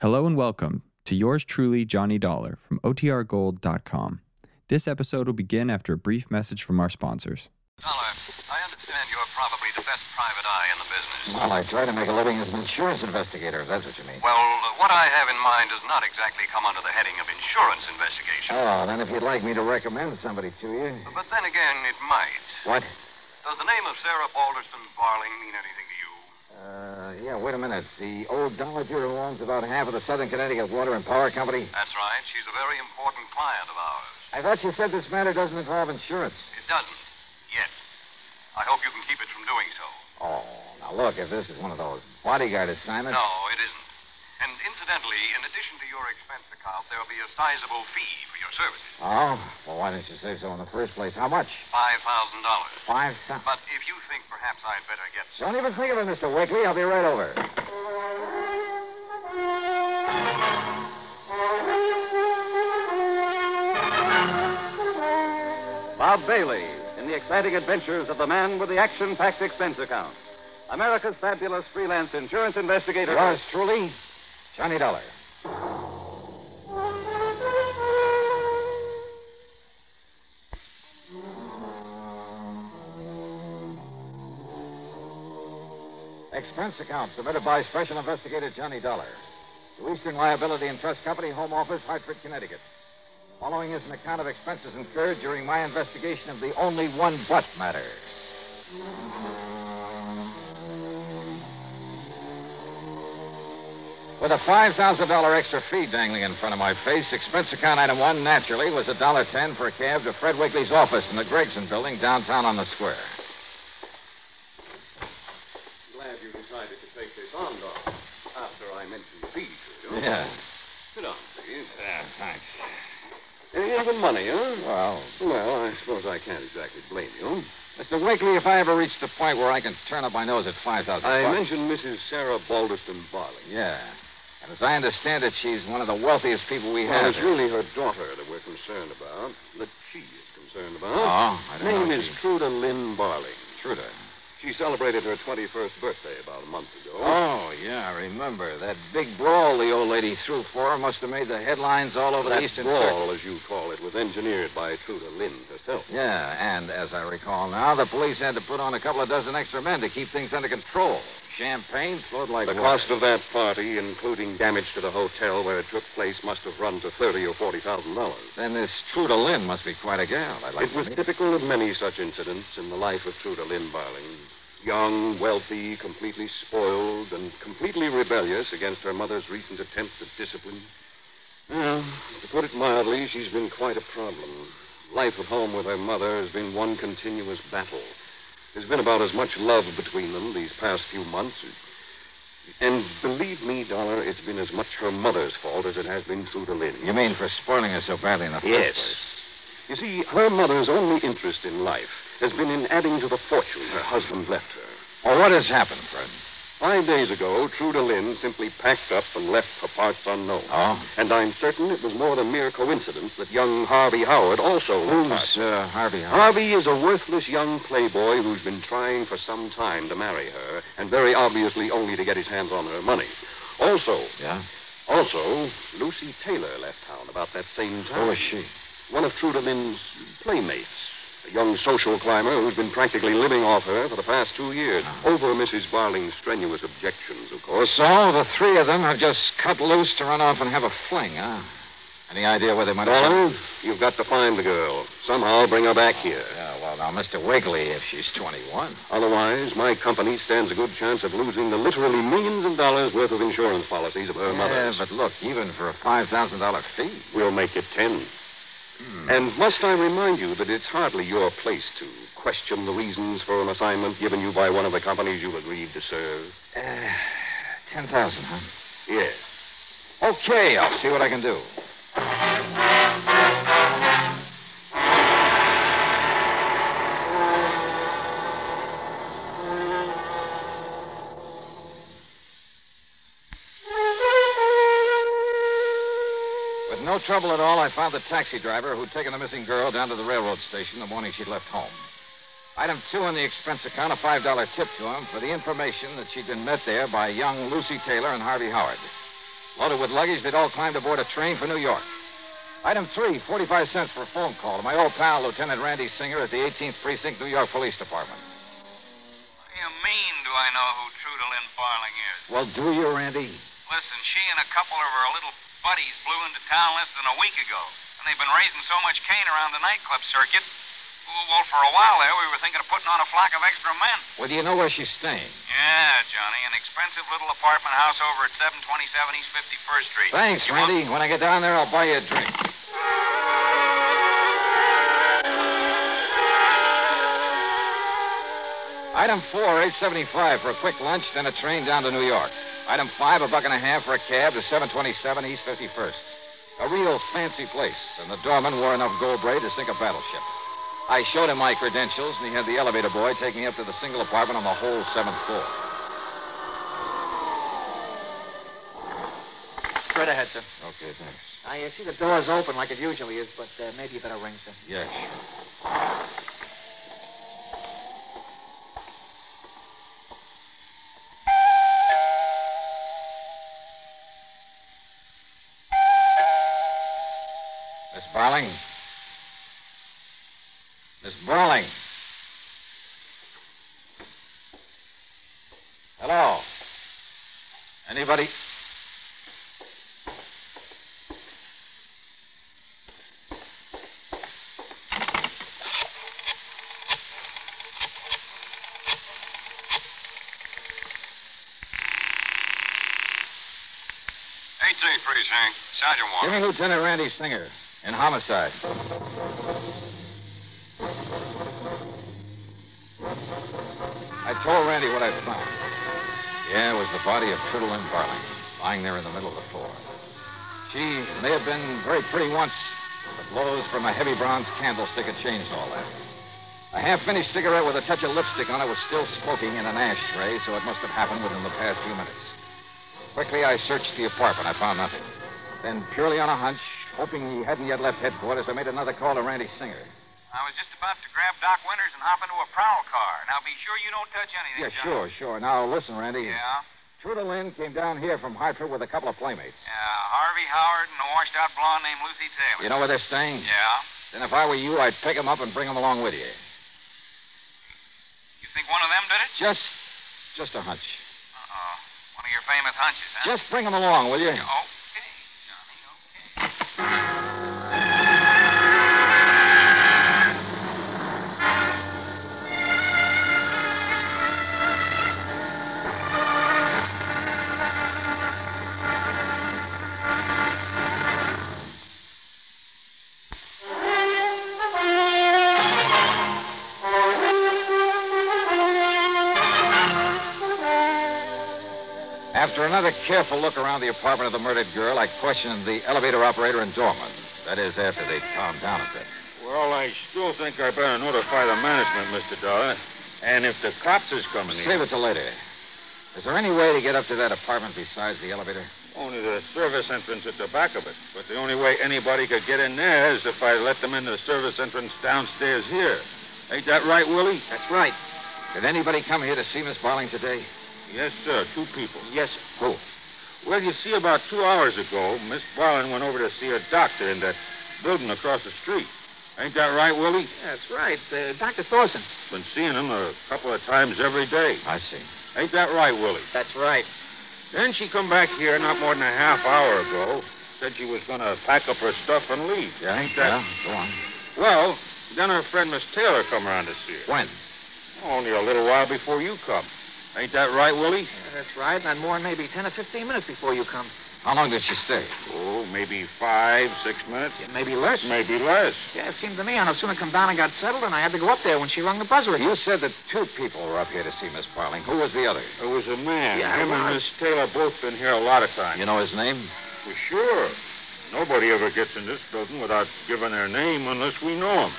Hello and welcome to yours truly, Johnny Dollar from OTRGold.com. This episode will begin after a brief message from our sponsors. Dollar, I understand you're probably the best private eye in the business. Well, I try to make a living as an insurance investigator, if that's what you mean. Well, uh, what I have in mind does not exactly come under the heading of insurance investigation. Oh, then if you'd like me to recommend somebody to you. But then again, it might. What? Does the name of Sarah Balderson Barling mean anything to you? Uh, yeah, wait a minute. The old Dollar Bureau owns about half of the Southern Connecticut Water and Power Company. That's right. She's a very important client of ours. I thought you said this matter doesn't involve insurance. It doesn't. Yet. I hope you can keep it from doing so. Oh, now look, if this is one of those bodyguard assignments. No, it isn't. And incidentally, in addition to your expense account, there'll be a sizable fee for your services. Oh, well, why didn't you say so in the first place? How much? Five thousand dollars. Five thousand. But if you think perhaps I'd better get some. Don't even think of it, Mr. Wakely. I'll be right over. Bob Bailey in the exciting adventures of the man with the action packed expense account. America's fabulous freelance insurance investigator. Yours truly, Johnny Dollar. Expense account submitted by Special Investigator Johnny Dollar to Eastern Liability and Trust Company, Home Office, Hartford, Connecticut. Following is an account of expenses incurred during my investigation of the only one but matter. With a $5,000 extra fee dangling in front of my face, expense account item one, naturally, was $1.10 for a cab to Fred Wakely's office in the Gregson building downtown on the square. Glad you decided to take this on, Doc. After I mentioned the fee to you. Yeah. Sit down, please. Yeah, thanks. Uh, here's the money, huh? Well, Well, I suppose I can't exactly blame you. Mr. Wakely, if I ever reach the point where I can turn up my nose at 5000 I bucks- mentioned Mrs. Sarah Balderston Barling. Yeah. And as I understand it, she's one of the wealthiest people we Well, have. it's really her daughter that we're concerned about, that she is concerned about. Oh, I don't Name know. is Truda Lynn Barling. Truda. She celebrated her 21st birthday about a month ago. Oh, yeah, I remember. That big brawl the old lady threw for her must have made the headlines all over that the Eastern brawl, as you call it, was engineered by Truda Lynn herself. Yeah, and as I recall now, the police had to put on a couple of dozen extra men to keep things under control. Champagne flowed like The water. cost of that party, including damage to the hotel where it took place, must have run to thirty or forty thousand dollars. Then this Truda Lynn must be quite a gal. I'd like It to was meet her. typical of many such incidents in the life of Truda Lynn Barling. Young, wealthy, completely spoiled, and completely rebellious against her mother's recent attempt at discipline. Well, to put it mildly, she's been quite a problem. Life at home with her mother has been one continuous battle. There's been about as much love between them these past few months. And believe me, Dollar, it's been as much her mother's fault as it has been Truda Lynn. You mean for spoiling her so badly in the first Yes. place? You see, her mother's only interest in life has been in adding to the fortune her husband left her. Well, what has happened, Fred? Five days ago, Truda Lynn simply packed up and left for parts unknown. Oh? And I'm certain it was more than mere coincidence that young Harvey Howard also left parts. Who's uh, Harvey? Harvey is a worthless young playboy who's been trying for some time to marry her, and very obviously only to get his hands on her money. Also, Yeah? also, Lucy Taylor left town about that same time. Who is she? one of Trudeman's playmates, a young social climber who's been practically living off her for the past two years, Uh-huh. over Mrs. Barling's strenuous objections, of course. So the three of them have just cut loose to run off and have a fling, huh? Any idea where they might have Darling, you've got to find the girl. Somehow bring her back here. Oh, Yeah, well, now, Mr. Wakely, if she's 21. Otherwise, my company stands a good chance of losing the literally millions of dollars worth of insurance policies of her Yeah, mother's. but look, even for a $5,000 fee. We'll make it ten. Hmm. And must I remind you that it's hardly your place to question the reasons for an assignment given you by one of the companies you've agreed to serve? Uh, 10000 huh? Yes. Okay, I'll see what I can do. With no trouble at all, I found the taxi driver who'd taken the missing girl down to the railroad station the morning she left home. Item two on the expense account, a $5 tip to him for the information that she'd been met there by young Lucy Taylor and Harvey Howard. Loaded with luggage, they'd all climbed aboard a train for New York. Item three, 45 cents for a phone call to my old pal, Lieutenant Randy Singer at the 18th Precinct, New York Police Department. What do you mean, do I know who Truda Lynn Barling is? Well, do you, Randy? Listen, she and a couple of her little buddies blew into town less than a week ago, and they've been raising so much cane around the nightclub circuit. Well, for a while there, we were thinking of putting on a flock of extra men. Well, do you know where she's staying? Yeah, Johnny, an expensive little apartment house over at 727 East 51st Street. Thanks, You want- Randy. When I get down there, I'll buy you a drink. Item four, eight seventy-five for a quick lunch, then a train down to New York. Item five, a buck and a half for a cab to seven twenty-seven East Fifty-first. A real fancy place, and the doorman wore enough gold braid to sink a battleship. I showed him my credentials, and he had the elevator boy take me up to the single apartment on the whole seventh floor. Straight ahead, sir. Okay, thanks. I uh, see the door's open like it usually is, but uh, maybe you better ring, sir. Yes. sure. Miss Barling? Miss Barling? Hello? Anybody? Eighteen precinct, Sergeant Give me Lieutenant Randy Singer in homicide. I told Randy what I found. Yeah, it was the body of Turtle and Barling, lying there in the middle of the floor. She may have been very pretty once, but the blows from a heavy bronze candlestick had changed all that. A half finished cigarette with a touch of lipstick on it was still smoking in an ashtray, so it must have happened within the past few minutes. Quickly, I searched the apartment. I found nothing. Then, purely on a hunch, hoping he hadn't yet left headquarters, I made another call to Randy Singer. I was just about to grab Doc Winters and hop into a prowl car. Now be sure you don't touch anything, Yeah, Johnny. sure, sure. Now, listen, Randy. Yeah, Truda Lynn came down here from Hartford with a couple of playmates. yeah. Harvey Howard and a washed-out blonde named Lucy Taylor. You know where they're staying? Yeah. Then, if I were you, I'd pick them up and bring them along with you. You think one of them did it? Just, just a hunch. Uh-oh. One of your famous hunches, huh? Just bring them along, will you? Okay, Johnny, okay. After another careful look around the apartment of the murdered girl, I questioned the elevator operator and doorman. That is, after they'd calmed down a bit. Well, I still think I better notify the management, Mr. Dollar. And if the cops is coming Save here, it till later. Is there any way to get up to that apartment besides the elevator? only the service entrance at the back of it. But the only way anybody could get in there is if I let them in the service entrance downstairs here. Ain't that right, Willie? That's right. Did anybody come here to see Miss Barling today? Yes, sir. Two people. Yes. Who? Well, you see, about two hours ago, Miss Barlin went over to see a doctor in that building across the street. Ain't that right, Willie? That's right. Uh, Dr. Thorson. Been seeing him a couple of times every day. I see. Ain't that right, Willie? That's right. Then she come back here not more than a half hour ago. Said she was going to pack up her stuff and leave. Yeah, ain't that? Yeah, go on. Well, then her friend Miss Taylor come around to see her. When? Only a little while before you come. Ain't that right, Willie? Yeah, that's right. And more, maybe 10 or 15 minutes before you come. How long did she stay? Oh, maybe five, six minutes. Yeah, maybe less. Maybe less. Yeah, it seemed to me I'd sooner come down and got settled, and I had to go up there when she rung the buzzer again. You said that two people were up here to see Miss Barling. Who was the other? It was a man. Yeah, it Him and was. Miss Taylor both been here a lot of times. You know his name? For sure. Nobody ever gets in this building without giving their name unless we know 'em.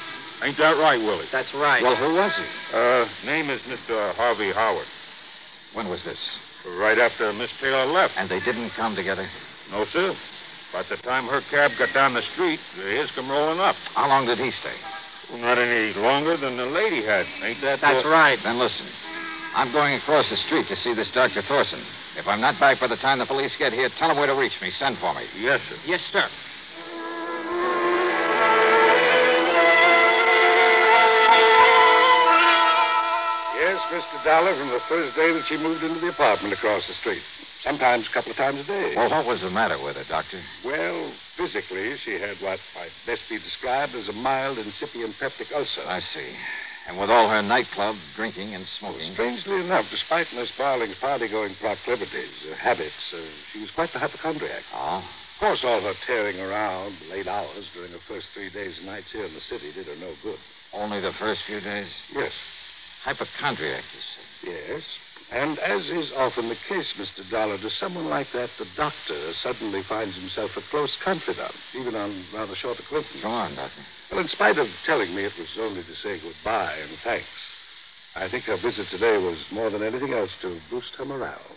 Ain't that right, Willie? That's right. Well, who was he? Uh, name is Mr. Harvey Howard. When was this? Right after Miss Taylor left. And they didn't come together? No, sir. By the time her cab got down the street, his come rolling up. How long did he stay? Not any longer than the lady had. Ain't that that's uh, right. Then listen. I'm going across the street to see this Dr. Thorson. If I'm not back by the time the police get here, tell them where to reach me. Send for me. Yes, sir. Yes, sir. Yes, Mr. Dollar, from the first day that she moved into the apartment across the street. Sometimes a couple of times a day. Well, what was the matter with her, Doctor? Well, physically, she had what might best be described as a mild incipient peptic ulcer. I see. And with all her nightclub drinking and smoking. Strangely enough, despite Miss Barling's party-going proclivities, uh, habits, uh, she was quite the hypochondriac. Oh? Of course, all her tearing around, late hours during her first three days and nights here in the city did her no good. Only the first few days? Yes, Hypochondriac, you said. yes. And as is often the case, Mr. Dollar, to someone like that, the doctor suddenly finds himself a close confidant, even on rather short acquaintance. Go on, Doctor. Well, in spite of telling me it was only to say goodbye and thanks, I think her visit today was more than anything else to boost her morale,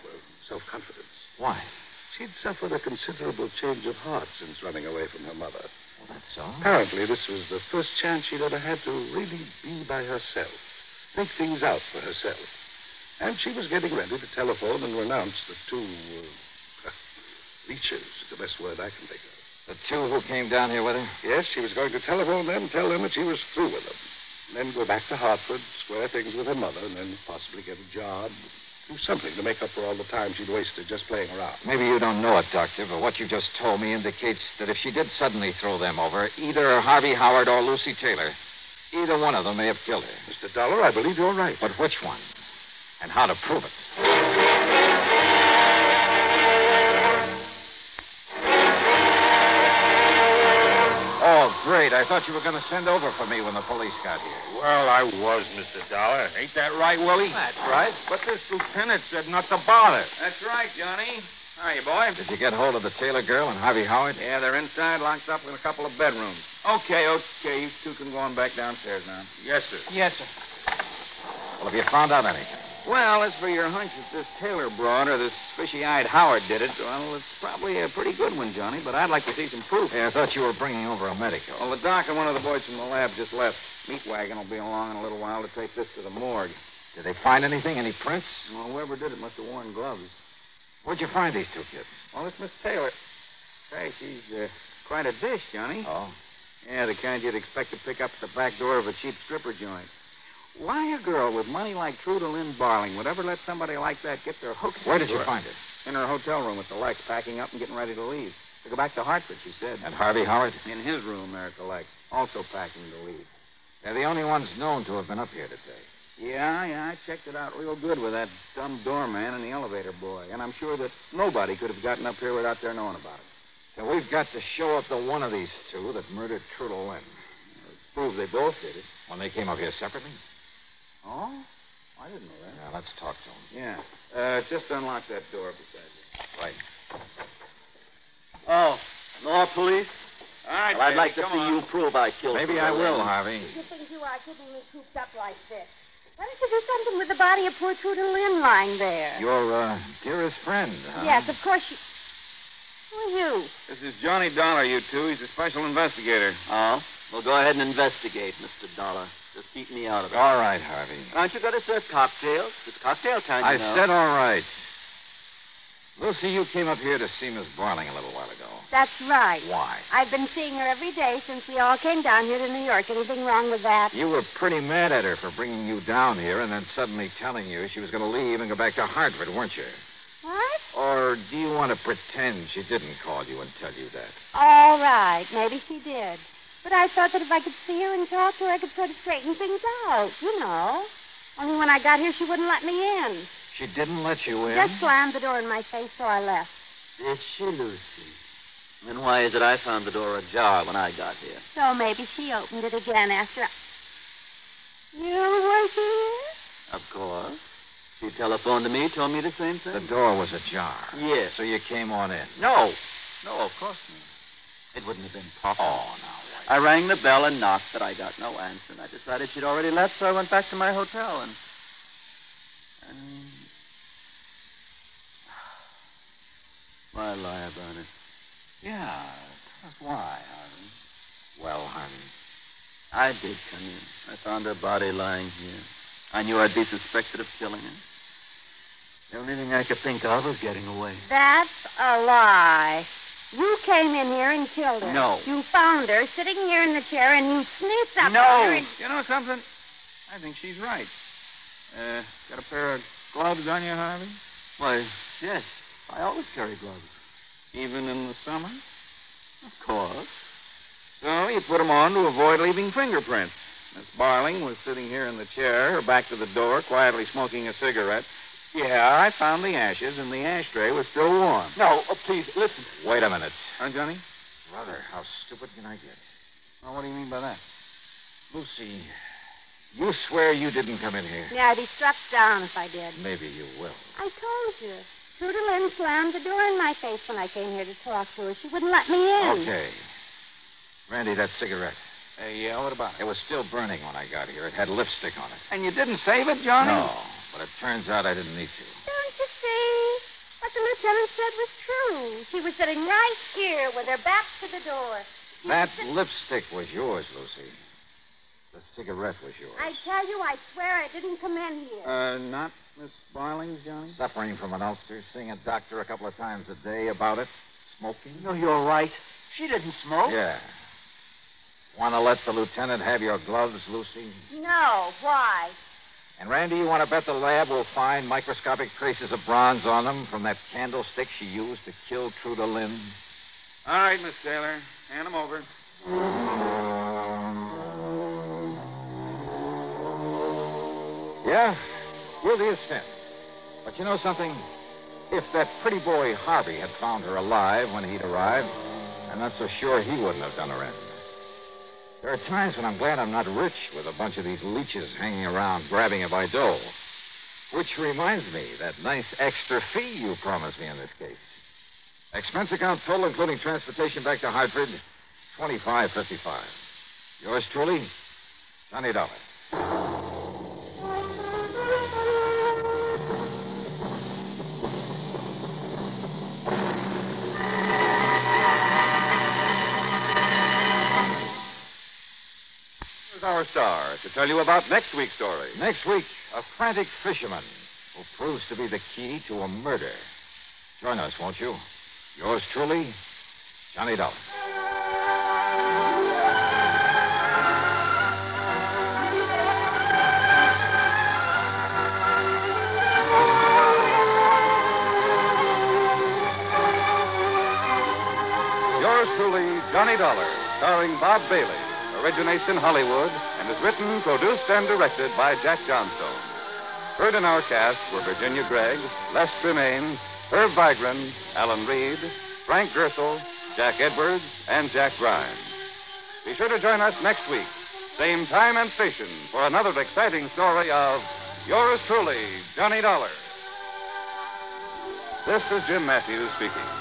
self confidence. Why? She'd suffered a considerable change of heart since running away from her mother. Well, that's all. Apparently, this was the first chance she'd ever had to really be by herself, think things out for herself. And she was getting ready to telephone and renounce the two uh, leeches, the best word I can think The of. two who came down here with her? Yes, she was going to telephone them, tell them that she was through with them. And then go back to Hartford, square things with her mother, and then possibly get a job. Do something to make up for all the time she'd wasted just playing around. Maybe you don't know it, Doctor, but what you just told me indicates that if she did suddenly throw them over, either Harvey Howard or Lucy Taylor, either one of them may have killed her. Mr. Dollar, I believe you're right. But which one? And how to prove it? Oh, great. I thought you were going to send over for me when the police got here. Well, I was, Mr. Dollar. Ain't that right, Willie? That's right. But this lieutenant said not to bother. That's right, Johnny. How are you, boy? Did you get hold of the Taylor girl and Harvey Howard? Yeah, they're inside, locked up in a couple of bedrooms. Okay, okay. You two can go on back downstairs now. Yes, sir. Yes, sir. Well, have you found out anything? Well, as for your hunch that this Taylor broad or this fishy-eyed Howard did it, well, it's probably a pretty good one, Johnny, but I'd like to see some proof. Yeah, I thought you were bringing over a medico. Well, the doc and one of the boys from the lab just left. Meat wagon will be along in a little while to take this to the morgue. Did they find anything? Any prints? Well, whoever did it must have worn gloves. Where'd you find these two kids? Well, it's Miss Taylor. Say, she's uh, quite a dish, Johnny. Oh. Yeah, the kind you'd expect to pick up at the back door of a cheap stripper joint. Why a girl with money like Truda Lynn Barling would ever let somebody like that get their hooks Where did you into her? find it? In her hotel room with the Lex, packing up and getting ready to leave. To go back to Hartford, she said. And Harvey Howard? In his room there at the Lex, also packing to leave. They're the only ones known to have been up here today. Yeah, yeah, I checked it out real good with that dumb doorman and the elevator boy, and I'm sure that nobody could have gotten up here without their knowing about it. So we've got to show up the one of these two that murdered uh, Truda Lynn. Prove they both did it. When they came up here separately? Oh? I didn't know that. Now, let's talk to them. Yeah. Uh, just unlock that door beside you. Right. Oh, no police? All right, Well, I'd like to see you prove I killed Maybe I will, Harvey. You think you are keeping me cooped up like this? Why don't you do something with the body of poor Truda Lynn lying there? Your uh, dearest friend, huh? Yes, of course she. Who are you? This is Johnny Dollar, you two. He's a special investigator. Oh? Well, go ahead and investigate, Mr. Dollar. Just keep me out of it. All right, Harvey. Oh. Aren't you going to serve cocktails? It's cocktail time, I you know. said all right. Lucy, you came up here to see Miss Barling a little while ago. That's right. Why? I've been seeing her every day since we all came down here to New York. Anything wrong with that? You were pretty mad at her for bringing you down here and then suddenly telling you she was going to leave and go back to Hartford, weren't you? What? Or do you want to pretend she didn't call you and tell you that? All right, maybe she did. But I thought that if I could see her and talk to her, I could sort of straighten things out, you know. Only when I got here, she wouldn't let me in. She didn't let you in? Just slammed the door in my face, so I left. Is she, Lucy? Then why is it I found the door ajar when I got here? So maybe she opened it again after. I... You were here? Of course. She telephoned to me, told me the same The thing. door was ajar. Yes. So you came on in. No. No, of course not. It wouldn't have been possible. Oh, now. I rang the bell and knocked, but I got no answer. And I decided she'd already left, so I went back to my hotel and. and... Why lie about it? Yeah, tell us why, Harvey. Well, Harvey. I did come in. I found her body lying here. I knew I'd be suspected of killing her. The only thing I could think of was getting away. That's a lie. You came in here and killed her. No. You found her sitting here in the chair and you sneaked up on her No. and... You know something? I think she's right. Uh, got a pair of gloves on you, Harvey? Why, yes. I always carry gloves. Even in the summer? Of course. So you put 'em on to avoid leaving fingerprints. Miss Barling was sitting here in the chair, her back to the door, quietly smoking a cigarette. Yeah, I found the ashes, and the ashtray was still warm. No, please, listen. Wait a minute. uh, Huh, Johnny? Brother, how stupid can I get? Well, what do you mean by that? Lucy, you swear you didn't come in here. Yeah, I'd be struck down if I did. Maybe you will. I told you. Truda Lynn slammed the door in my face when I came here to talk to her. She wouldn't let me in. Okay. Randy, that cigarette. Hmm. Uh, yeah, what about It was still burning when I got here. It had lipstick on it. And you didn't save it, Johnny? No, but it turns out I didn't need to. Don't you see? What the lieutenant said was true. She was sitting right here with her back to the door. She That was sit- lipstick was yours, Lucy. The cigarette was yours. I tell you, I swear I didn't come in here. Uh, not Miss Barling's, Johnny? Suffering from an ulcer, seeing a doctor a couple of times a day about it, smoking. No, you're right. She didn't smoke. Yeah. Want to let the lieutenant have your gloves, Lucy? no, why? And Randy, you want to bet the lab will find microscopic traces of bronze on them from that candlestick she used to kill Truda Lynn? All right, Miss Taylor. Hand 'em over. Yeah, guilty as sin. But you know something? If that pretty boy Harvey had found her alive when he'd arrived, I'm not so sure he wouldn't have done her in. There are times when I'm glad I'm not rich with a bunch of these leeches hanging around grabbing if I do. Which reminds me, that nice extra fee you promised me in this case. Expense account total, including transportation back to Hartford, twenty-five fifty-five. Yours truly, Johnny Dollar. Here's our star to tell you about next week's story. Next week, a frantic fisherman who proves to be the key to a murder. Join us, won't you? Yours truly, Johnny Dollar. Yours truly, Johnny Dollar, starring Bob Bailey, originates in Hollywood and is written, produced, and directed by Jack Johnstone. Heard in our cast were Virginia Gregg, Les Tremaine, Herb Vigran, Alan Reed, Frank Gersel, Jack Edwards, and Jack Grimes. Be sure to join us next week, same time and station, for another exciting story of Yours truly, Johnny Dollar. This is Jim Matthews speaking.